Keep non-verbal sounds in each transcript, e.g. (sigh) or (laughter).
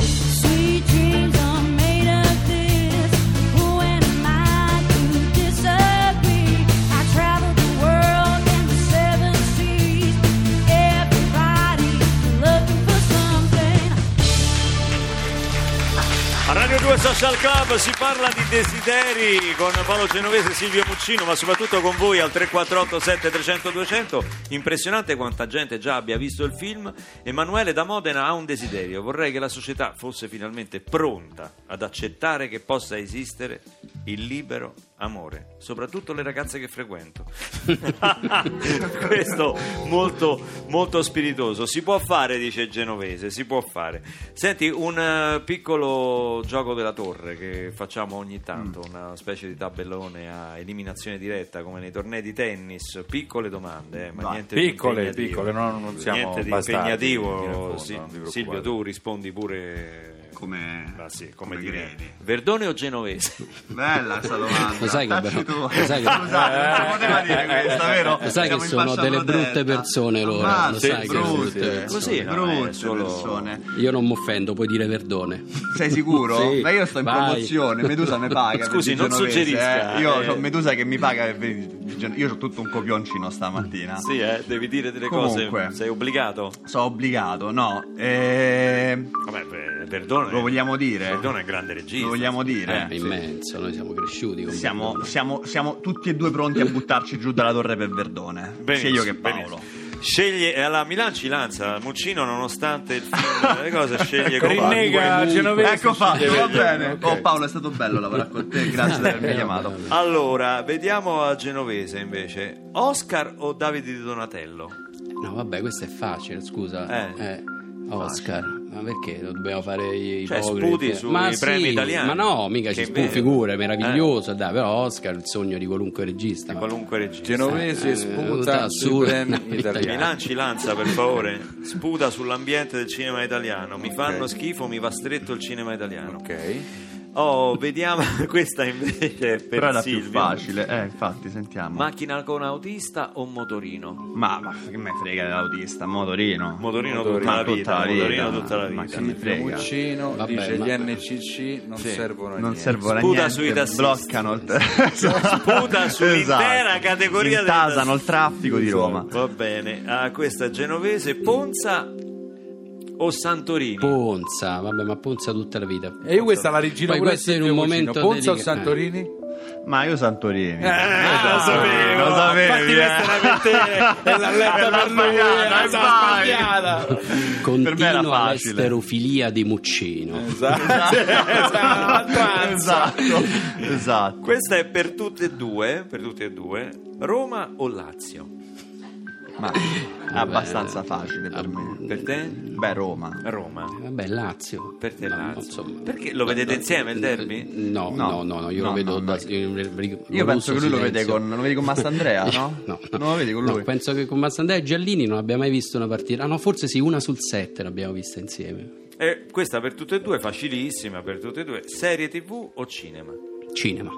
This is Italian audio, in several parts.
Sweet dreams are made of this. Who am I to disagree? I traveled the world and the seven seas. Everybody's looking for something. A Radio 2 Social Club si parla di desideri con Paolo Genovese, Silvio Muccino, ma soprattutto con voi al 3487 300 200. Impressionante quanta gente già abbia visto il film. Emanuele da Modena ha un desiderio. Vorrei che la società fosse finalmente pronta ad accettare che possa esistere il libero amore, soprattutto le ragazze che (laughs) frequento. Questo molto, molto spiritoso. Si può fare, dice Genovese, si può fare. Senti, un eh, piccolo gioco della torre che facciamo ogni tanto, Mm. una specie di tabellone a eliminazione diretta come nei tornei di tennis, piccole domande, eh, ma Vai. niente Piccole, di impegnativo. piccole, no, non siamo niente di bastardi, impegnativo. in fin fondo, Sì, non vi preoccupate. Silvio, tu rispondi pure Come- Ah, sì, come, di come me. credi. Verdone o Genovese? Bella questa domanda. Lo sai che Tacci però- tu. lo sai Scusate, che- non si poteva dire eh, questa, eh, vero? lo sai che Siamo in sono fascia delle protetta. brutte persone loro, Ammazza, lo sai che- brutte. sì, Così, no, eh, brutte è solo- persone. Io non mi offendo, puoi dire Verdone. Sei sicuro? Sì, Ma io sto in vai. promozione, Medusa mi paga. Scusi, per non Genovese, suggerisca, eh. Io eh. ho Medusa che mi paga per venire di Gen- Io ho tutto un copioncino stamattina. Sì, eh, devi dire delle Comunque. cose, sei obbligato. Sono obbligato, no. Eh, Vabbè, per- Verdone. Lo vogliamo dire? Verdone è un grande regista. lo vogliamo dire? È immenso, Eh, noi siamo cresciuti con Eh, Siamo, Verdone. siamo- siamo tutti e due pronti a buttarci giù dalla torre per Verdone. Benissimo, sia io che Paolo. benissimo. Sceglie eh, alla Milan ci lanza Muccino nonostante il (laughs) film, le cose sceglie Ecco Copacchi. Rinnega Genovese. Ecco fatto, va Genovese, bene. ok. Oh Paolo, è stato bello lavorare con te, grazie per avermi chiamato. Allora, vediamo a Genovese invece. Oscar o Davide di Donatello? No, vabbè, questo è facile, scusa. Eh. Eh, Oscar, ma perché dobbiamo fare i Cioè, ipocriti? sputi sui ma premi italiani. Ma no, mica Che ci sputi, vero. figure, Eh. meraviglioso, dai, però Oscar è il sogno di qualunque regista. ma- Qualunque regista. Genovese Eh, sputa sui assurdo. premi italiani. Milan ci lanza per favore. Sputa sull'ambiente del cinema italiano. Mi fanno schifo, mi va stretto il cinema italiano. Ok. Oh, vediamo (laughs) questa invece è per Però è la più Silvio. facile, eh, infatti, sentiamo. Ma, Macchina con autista o motorino? ma, che me frega l'autista, motorino. Motorino, Ma tutta la vita, motorino tutta la Ma vita. chi mi frega? Muccino Vabbè, dice ma- gli NCC non servono a Non niente. servono a Sputa niente, sui tassisti. bloccano il Sputa Sputa (laughs) sull'intera categoria dei Intasano il tassisti. traffico di Roma. Va bene, ah, questa è genovese Ponza o Santorini? Ponza, vabbè, ma Ponza tutta la vita. Eh, E io questa la regina Poi pure a questo è in Silvio un Muccino. momento Ponza o delicato. Santorini? Ma io Eh, Santorini. lo sapevo, Ah, lo sapevo. infatti questa era per (laughs) te, e l'ha letta per L'ha lui, eh, sbagliata, era e vai. sbagliata. Per me era Continua facile. Eh. l'esterofilia di Muccino. Esatto. Esatto. esatto, esatto. Questa è per tutte e due, per tutte e due, Roma o Lazio? Ma è abbastanza facile per me. Per te? Beh, Roma. Roma. Vabbè, Lazio. Per te Ma, Lazio. insomma. Perché lo vedete insieme il derby? No, No. no, no, no, io No, lo vedo no, da. no. Io, io Io penso che lui lo vede con. No, Lo vedi con (laughs) Mastandrea, no? no, Non lo vedi con No, lui. penso che con Massandrea e Giallini non abbia mai visto una partita. Ah, no, forse sì, una sul sette l'abbiamo vista insieme. Eh, questa per tutte e due, facilissima per tutte e due. Serie TV o cinema? Cinema.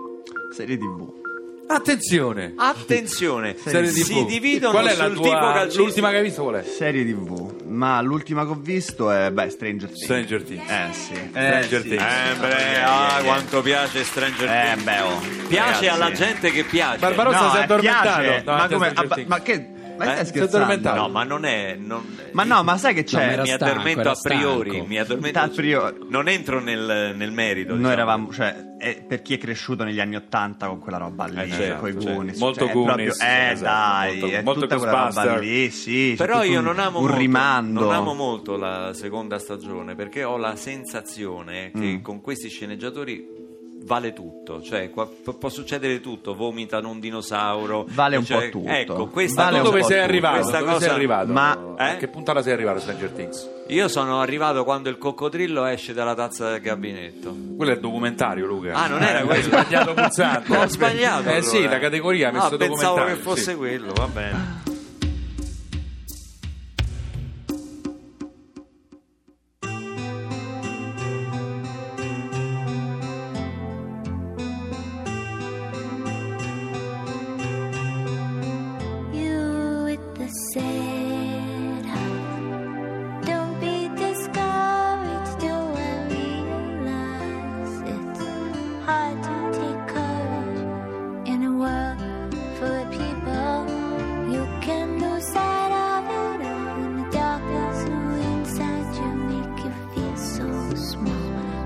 Serie TV. Attenzione. Attenzione, Serie TV. Ah, si dividono Qual è la sul tua, tipo calcistico. L'ultima che hai visto qual è? Serie TV. Ma l'ultima che ho visto è. Beh, Stranger Things. Stranger Things. Eh sì. Eh, Stranger sì. Things. Eh beh, ah, quanto piace Stranger Eh, Things. beh, oh. Piace Ragazzi. alla gente che piace. Barbarossa- Però si è eh, addormentato piace. davanti Ma a come? Stranger ah, Things. ma che. Ma Eh? stai Si è scherzando? addormentato. No, ma non è. non- Ma no, ma sai che No, c'è? ma era mi stanco, addormento era a priori. stanco. Mi addormento A priori. Non entro nel, nel merito. Noi diciamo. eravamo, cioè, eh, per chi è cresciuto negli anni Ottanta con quella roba lì, Eh, certo, con i cioè, Goonies, molto cioè, è proprio- Goonies, eh esatto, dai, molto- è molto tutta quella roba Ghostbuster. lì, sì, c'è Però tutto io un- non amo, un molto, rimando, non amo molto la seconda stagione perché ho la sensazione che Mm. con questi sceneggiatori vale tutto, cioè qua- p- può succedere tutto, vomitano un dinosauro, Vale un cioè, po' tutto. Ecco, questa Vale Ma un Ah, tu dove po' sei tu. arrivato? Questa Dove cosa- sei arrivato? Ma- A eh? che puntata sei arrivato a Stranger Things? Io sono arrivato quando il coccodrillo esce dalla tazza del gabinetto. Quello è il documentario, Luca. Ah, non era Eh, (laughs) quello? Hai sbagliato pulsante. Ho sbagliato. Eh sì, allora. la categoria ha messo ah, pensavo documentario. che fosse sì. quello, va bene.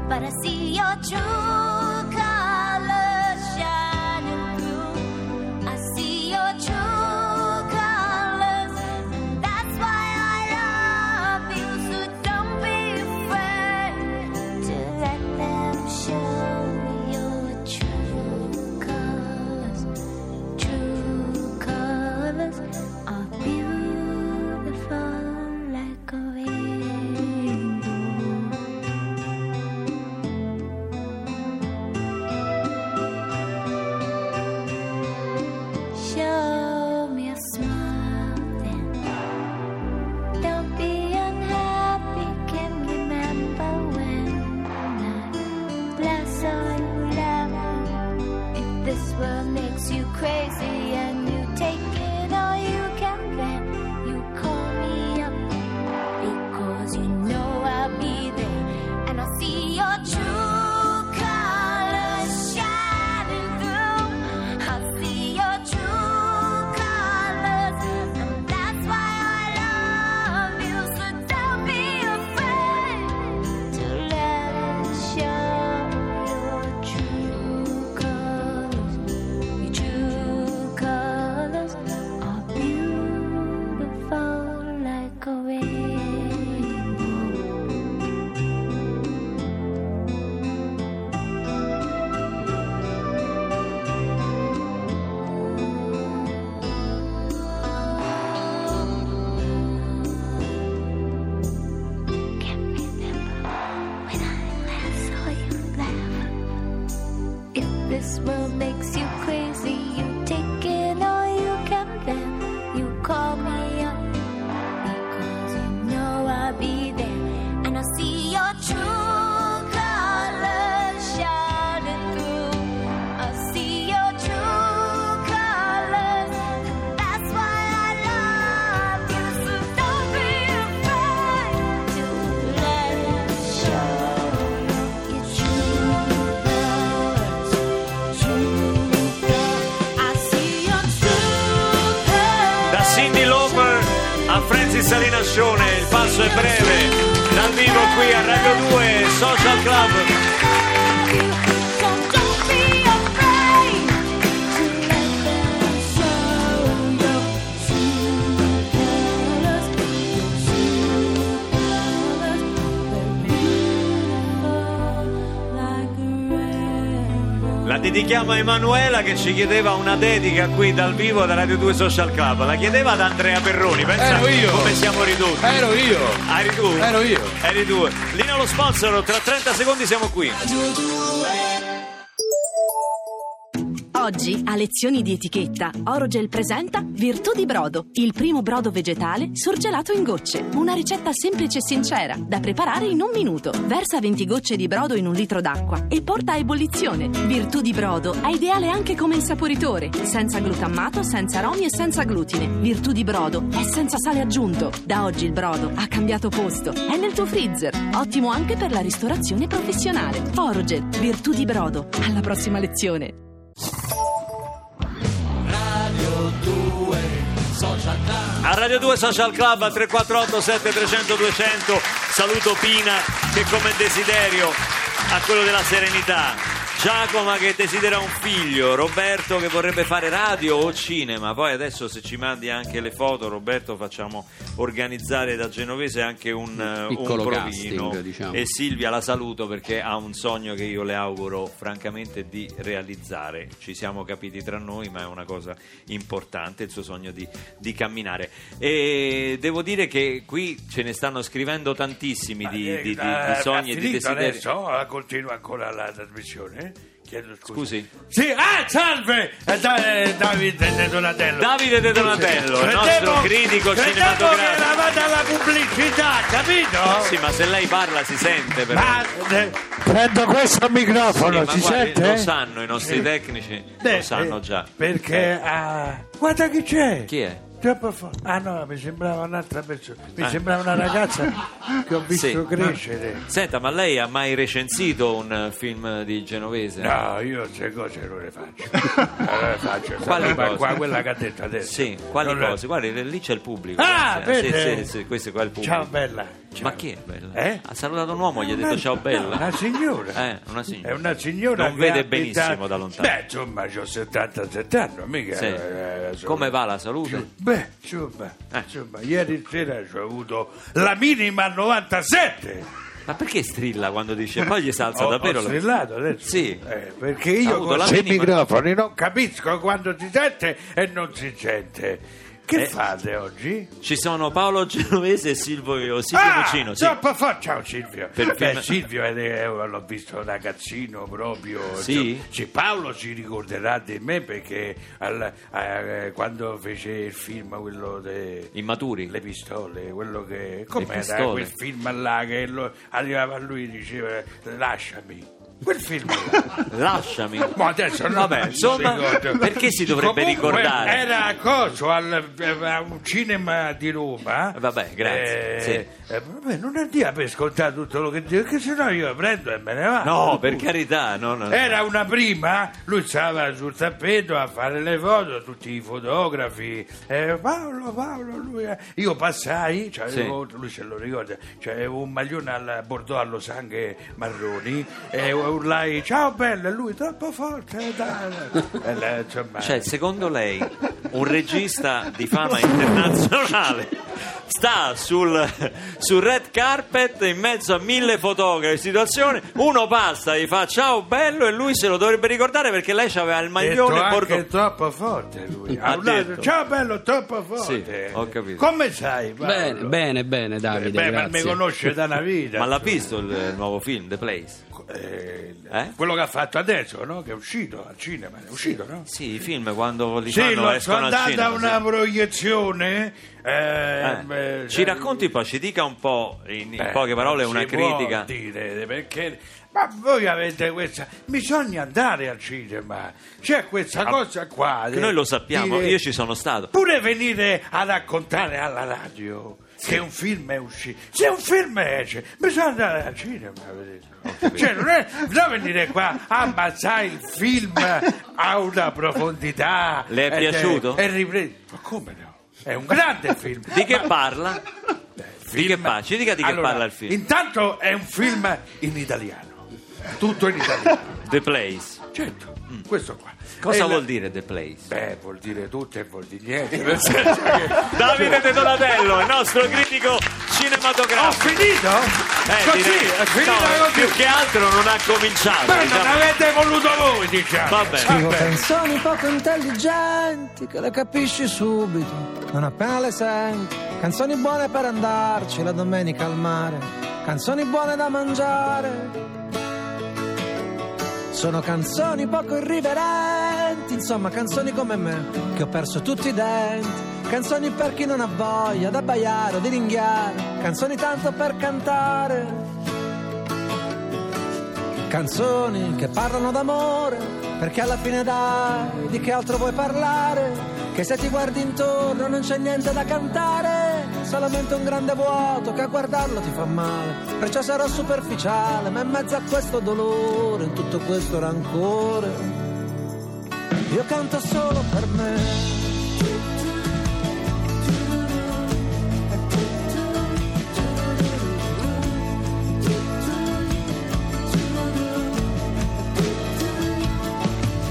but I see your true colors shining through. I see your true colors. That's why I love you. So don't be afraid to let them show your true colors. True colors are beautiful like a rainbow. Show me a smile then. Don't be unhappy. Can you remember when I last saw you laughing? If this world makes you crazy and you take it all you can, then you call me up because you know I'll be there and I'll see your true colors shining through. I'll see your true colors, and that's why I love you. So don't be afraid to let it show your true colors. Your true colors are beautiful like a rainbow. Can't remember when I last saw you laugh. If this world makes you crazy, you take in all you can. Then you call me up because you know I'll be there, and I'll see your true colors shining through. I'll see your true colors. That's why I love you. So don't be afraid to let it show your true colors, true colors. I see your true colors. Da Cindy Lauper a Francis Salinascione, il passo è breve. Dal vivo qui a Radio 2 Social Club. La dedichiamo a Emanuela che ci chiedeva una dedica qui dal vivo da Radio 2 Social Club. La chiedeva ad Andrea Perroni, pensa Ero io. come siamo ridotti. Ero io. Eri tu? Ero io. Eri tu. Lino lo sponsor, tra 30 secondi siamo qui. Oggi, a lezioni di etichetta, Orogel presenta Virtù di brodo, il primo brodo vegetale surgelato in gocce. Una ricetta semplice e sincera, da preparare in un minuto. Versa 20 gocce di brodo in un litro d'acqua e porta a ebollizione. Virtù di brodo è ideale anche come insaporitore, senza glutammato, senza aromi e senza glutine. Virtù di brodo è senza sale aggiunto. Da oggi il brodo ha cambiato posto, è nel tuo freezer. Ottimo anche per la ristorazione professionale. Orogel, Virtù di brodo. Alla prossima lezione. A Radio 2 Social Club al 348 7300 200 saluto Pina che come desiderio ha quello della serenità. Giacomo che desidera un figlio, Roberto che vorrebbe fare radio o cinema, poi adesso se ci mandi anche le foto Roberto facciamo organizzare da Genovese anche un, eh, piccolo un provino casting, diciamo. e Silvia la saluto perché ha un sogno che io le auguro francamente di realizzare. Ci siamo capiti tra noi, ma è una cosa importante, il suo sogno di, di camminare. E devo dire che qui ce ne stanno scrivendo tantissimi di, eh, di- di- di sogni e di desideri. Adesso eh, continua ancora la trasmissione. eh? Chiedo scusa. Scusi. Sì, ah, salve! Eh, da- eh, Davide De Donatello. Davide De Donatello, il nostro Credevo- critico credevo che cinematografico. eravate alla pubblicità, capito? Sì, ma se lei parla si sente però. Ma, eh, prendo questo Sì, microfono, ma si guardi, sente? Lo sanno i nostri tecnici, Eh, lo sanno eh, già. Perché, ah, guarda chi c'è! Chi è? Troppo fa- Ah no, mi sembrava un'altra persona, mi Ah. sembrava una ragazza che ho visto Sì. crescere. Senta, ma lei ha mai recensito un eh, film di Genovese? No, io queste cose non le faccio. Non le faccio. Quali Ma cose? Qua, quella che ha detto adesso. Sì, quali Non le- cose? Guarda, lì c'è il pubblico. Ah, Grazie. vede? sì, sì, sì, questo è qua il pubblico. Ciao bella. Chiaro. Ma chi è bella? Eh? Ha salutato un uomo, gli ha detto ciao bella. Una signora. Eh, una signora. È una signora Non che vede abita- benissimo da lontano. Beh, insomma, ho 77 anni, mica. Sì. eh, sono- Come va Eh. la salute? Beh, insomma, insomma, ieri sera ci ho avuto la minima 97. Ma perché strilla quando dice? Poi gli salza ho, davvero ho la- strillato adesso. Sì. Eh, perché Ha io avuto con la i minima- microfoni non capisco quando si sente e non si sente. Che Eh. fate oggi? Ci sono Paolo Genovese e Silvio, Silvio Ah, Mucino. sì. troppo forte, ciao Silvio. Per Beh, film- Silvio è- è- l'ho visto ragazzino proprio. Sì? Cioè, sì, Paolo si ricorderà di me perché al- eh, quando fece il film quello de- Immaturi. le pistole, quello che com'era pistole. quel film là che lo- arrivava a lui e diceva lasciami. Quel film là. Lasciami. (laughs) Ma adesso no, Vabbè, mi insomma, ricordo. perché si dovrebbe Comunque, ricordare? Era a Cocio, al, a un cinema di Roma. Eh, vabbè, grazie, Eh, eh, vabbè, non andiamo per scontare tutto quello che dice, perché sennò io prendo e me ne vado. No, per carità, no, no. Era una prima, lui stava sul tappeto a fare le foto, tutti i fotografi. eh, Paolo, Paolo, lui, eh. io passai, c'avevo- lui se lo ricorda, c'avevo un maglione al Bordeaux allo sangue marroni e urlai ciao bella, e lui troppo forte. eh, dai". E la- insomma, Cioè, secondo lei, un regista di fama internazionale sta sul, sul red carpet in mezzo a mille fotografi, situazione, uno passa e gli fa ciao bello e lui se lo dovrebbe ricordare perché lei aveva il detto maglione anche bordo. troppo forte lui. Ha Ha urlato, detto. ciao bello, troppo forte. Sì, ho capito. Come sai? Bene, Paolo? bene, bene, Davide. Beh, ma mi grazie. conosce da una vita. Ma (laughs) l'ha visto il, il nuovo film, The Place? Eh, Eh? quello che ha fatto adesso, no? che è uscito al cinema, è uscito, no? Sì, i film quando li Sì, fanno l'ho sono escono al andata a cinema. una sì. proiezione. eh, Eh, beh, cioè, Ci racconti poi, ci dica un po' in, in beh, poche parole non una si può critica. dire, perché- ma voi avete questa. Bisogna andare al cinema. C'è questa cosa qua. Ah, Che noi lo sappiamo, dire- io ci sono stato. Pure venire a raccontare alla radio che un film è uscito. Se un film esce, bisogna andare al cinema a vederlo. Cioè, non è da venire qua a ammazzare il film a una profondità. Le è ed piaciuto? E riprendere. Ma come no? È un grande film. Di che Ma- parla? Di che film- parla? Ci dica di che Allora, parla il film. Intanto è un film in italiano. Tutto in italiano. The Place. Certo, questo qua. Mm. Cosa E la- vuol dire The Place? Beh, vuol dire tutto e vuol dire niente. nel senso che- (laughs) Davide De Donatello, il nostro critico Ho cinematografico. Eh, finito? Così, direi- Oh, è finita no, così. più che altro non ha cominciato. Però non diciamo. avete voluto voi, diciamo. Va bene. Scrivo canzoni poco intelligenti che le capisci subito, non appena le senti. Canzoni buone per andarci la domenica al mare, canzoni buone da mangiare. Sono canzoni poco irriverenti, insomma canzoni come me, che ho perso tutti i denti. Canzoni per chi non ha voglia da baiare o di ringhiare, canzoni tanto per cantare. Canzoni che parlano d'amore, perché alla fine dai, di che altro vuoi parlare? Che se ti guardi intorno non c'è niente da cantare, solamente un grande vuoto che a guardarlo ti fa male. Perciò sarò superficiale, ma in mezzo a questo dolore, in tutto questo rancore, io canto solo per me.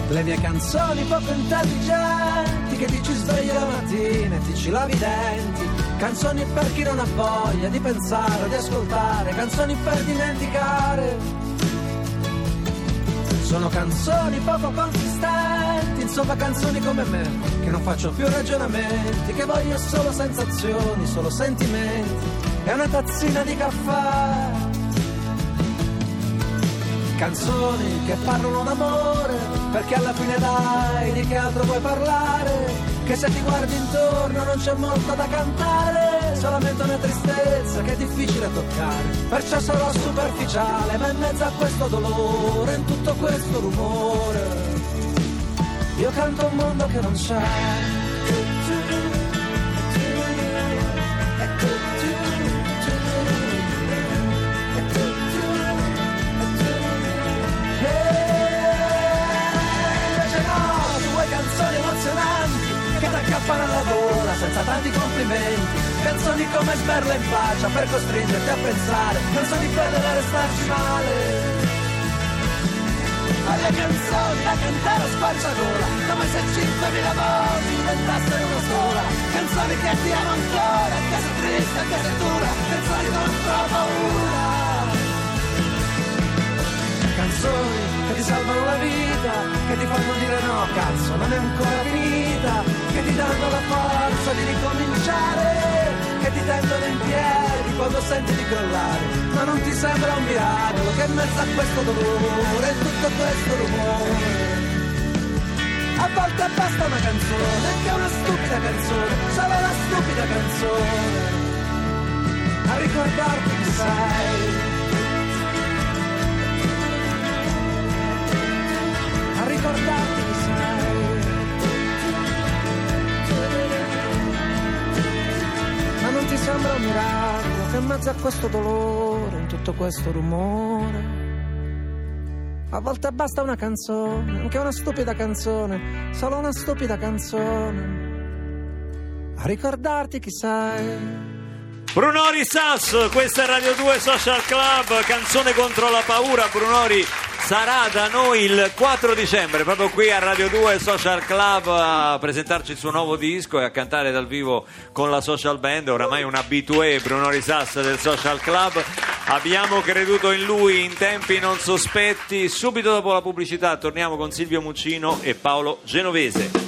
Le mie canzoni poco intelligenti che ti ci svegli la mattina e ti ci lavi i denti. Canzoni per chi non ha voglia di pensare, di ascoltare, canzoni per dimenticare. Sono canzoni poco consistenti, insomma canzoni come me, che non faccio più ragionamenti, che voglio solo sensazioni, solo sentimenti e una tazzina di caffè. Canzoni che parlano d'amore, perché alla fine dai di che altro vuoi parlare? Che se ti guardi intorno non c'è molto da cantare, solamente una tristezza che è difficile toccare. Perciò sarò superficiale, ma in mezzo a questo dolore, in tutto questo rumore, io canto un mondo che non c'è. invece no, tu vuoi canzoni emozionanti che ti accappano alla gola senza tanti complimenti, canzoni di come sberla in faccia per costringerti a pensare, non so di credere a restarci male. Alle canzoni da cantare a spacciagola, come se 5.000 voci diventassero una sola. Canzoni che ti amo ancora, anche se triste, anche se dura, canzoni contro paura canzoni che ti salvano la vita, che ti fanno dire no, cazzo, non è ancora finita, che ti danno la forza di ricominciare, che ti tendono in piedi quando senti di crollare, ma non ti sembra un miracolo che in mezzo a questo dolore e tutto questo rumore. A volte basta una canzone, che è una stupida canzone, solo una stupida canzone, a ricordarti chi sei. a ricordarti chi sei. Ma non ti sembra un miracolo che in mezzo a questo dolore, in tutto questo rumore, a volte basta una canzone, anche una stupida canzone, solo una stupida canzone, a ricordarti chi sei. Brunori Sass, questa è Radio 2 Social Club, canzone contro la paura, Brunori sarà da noi il 4 dicembre, proprio qui a Radio 2 Social Club a presentarci il suo nuovo disco e a cantare dal vivo con la social band, oramai un abitué Brunori Sass del Social Club. Abbiamo creduto in lui in tempi non sospetti, subito dopo la pubblicità torniamo con Silvio Muccino e Paolo Genovese.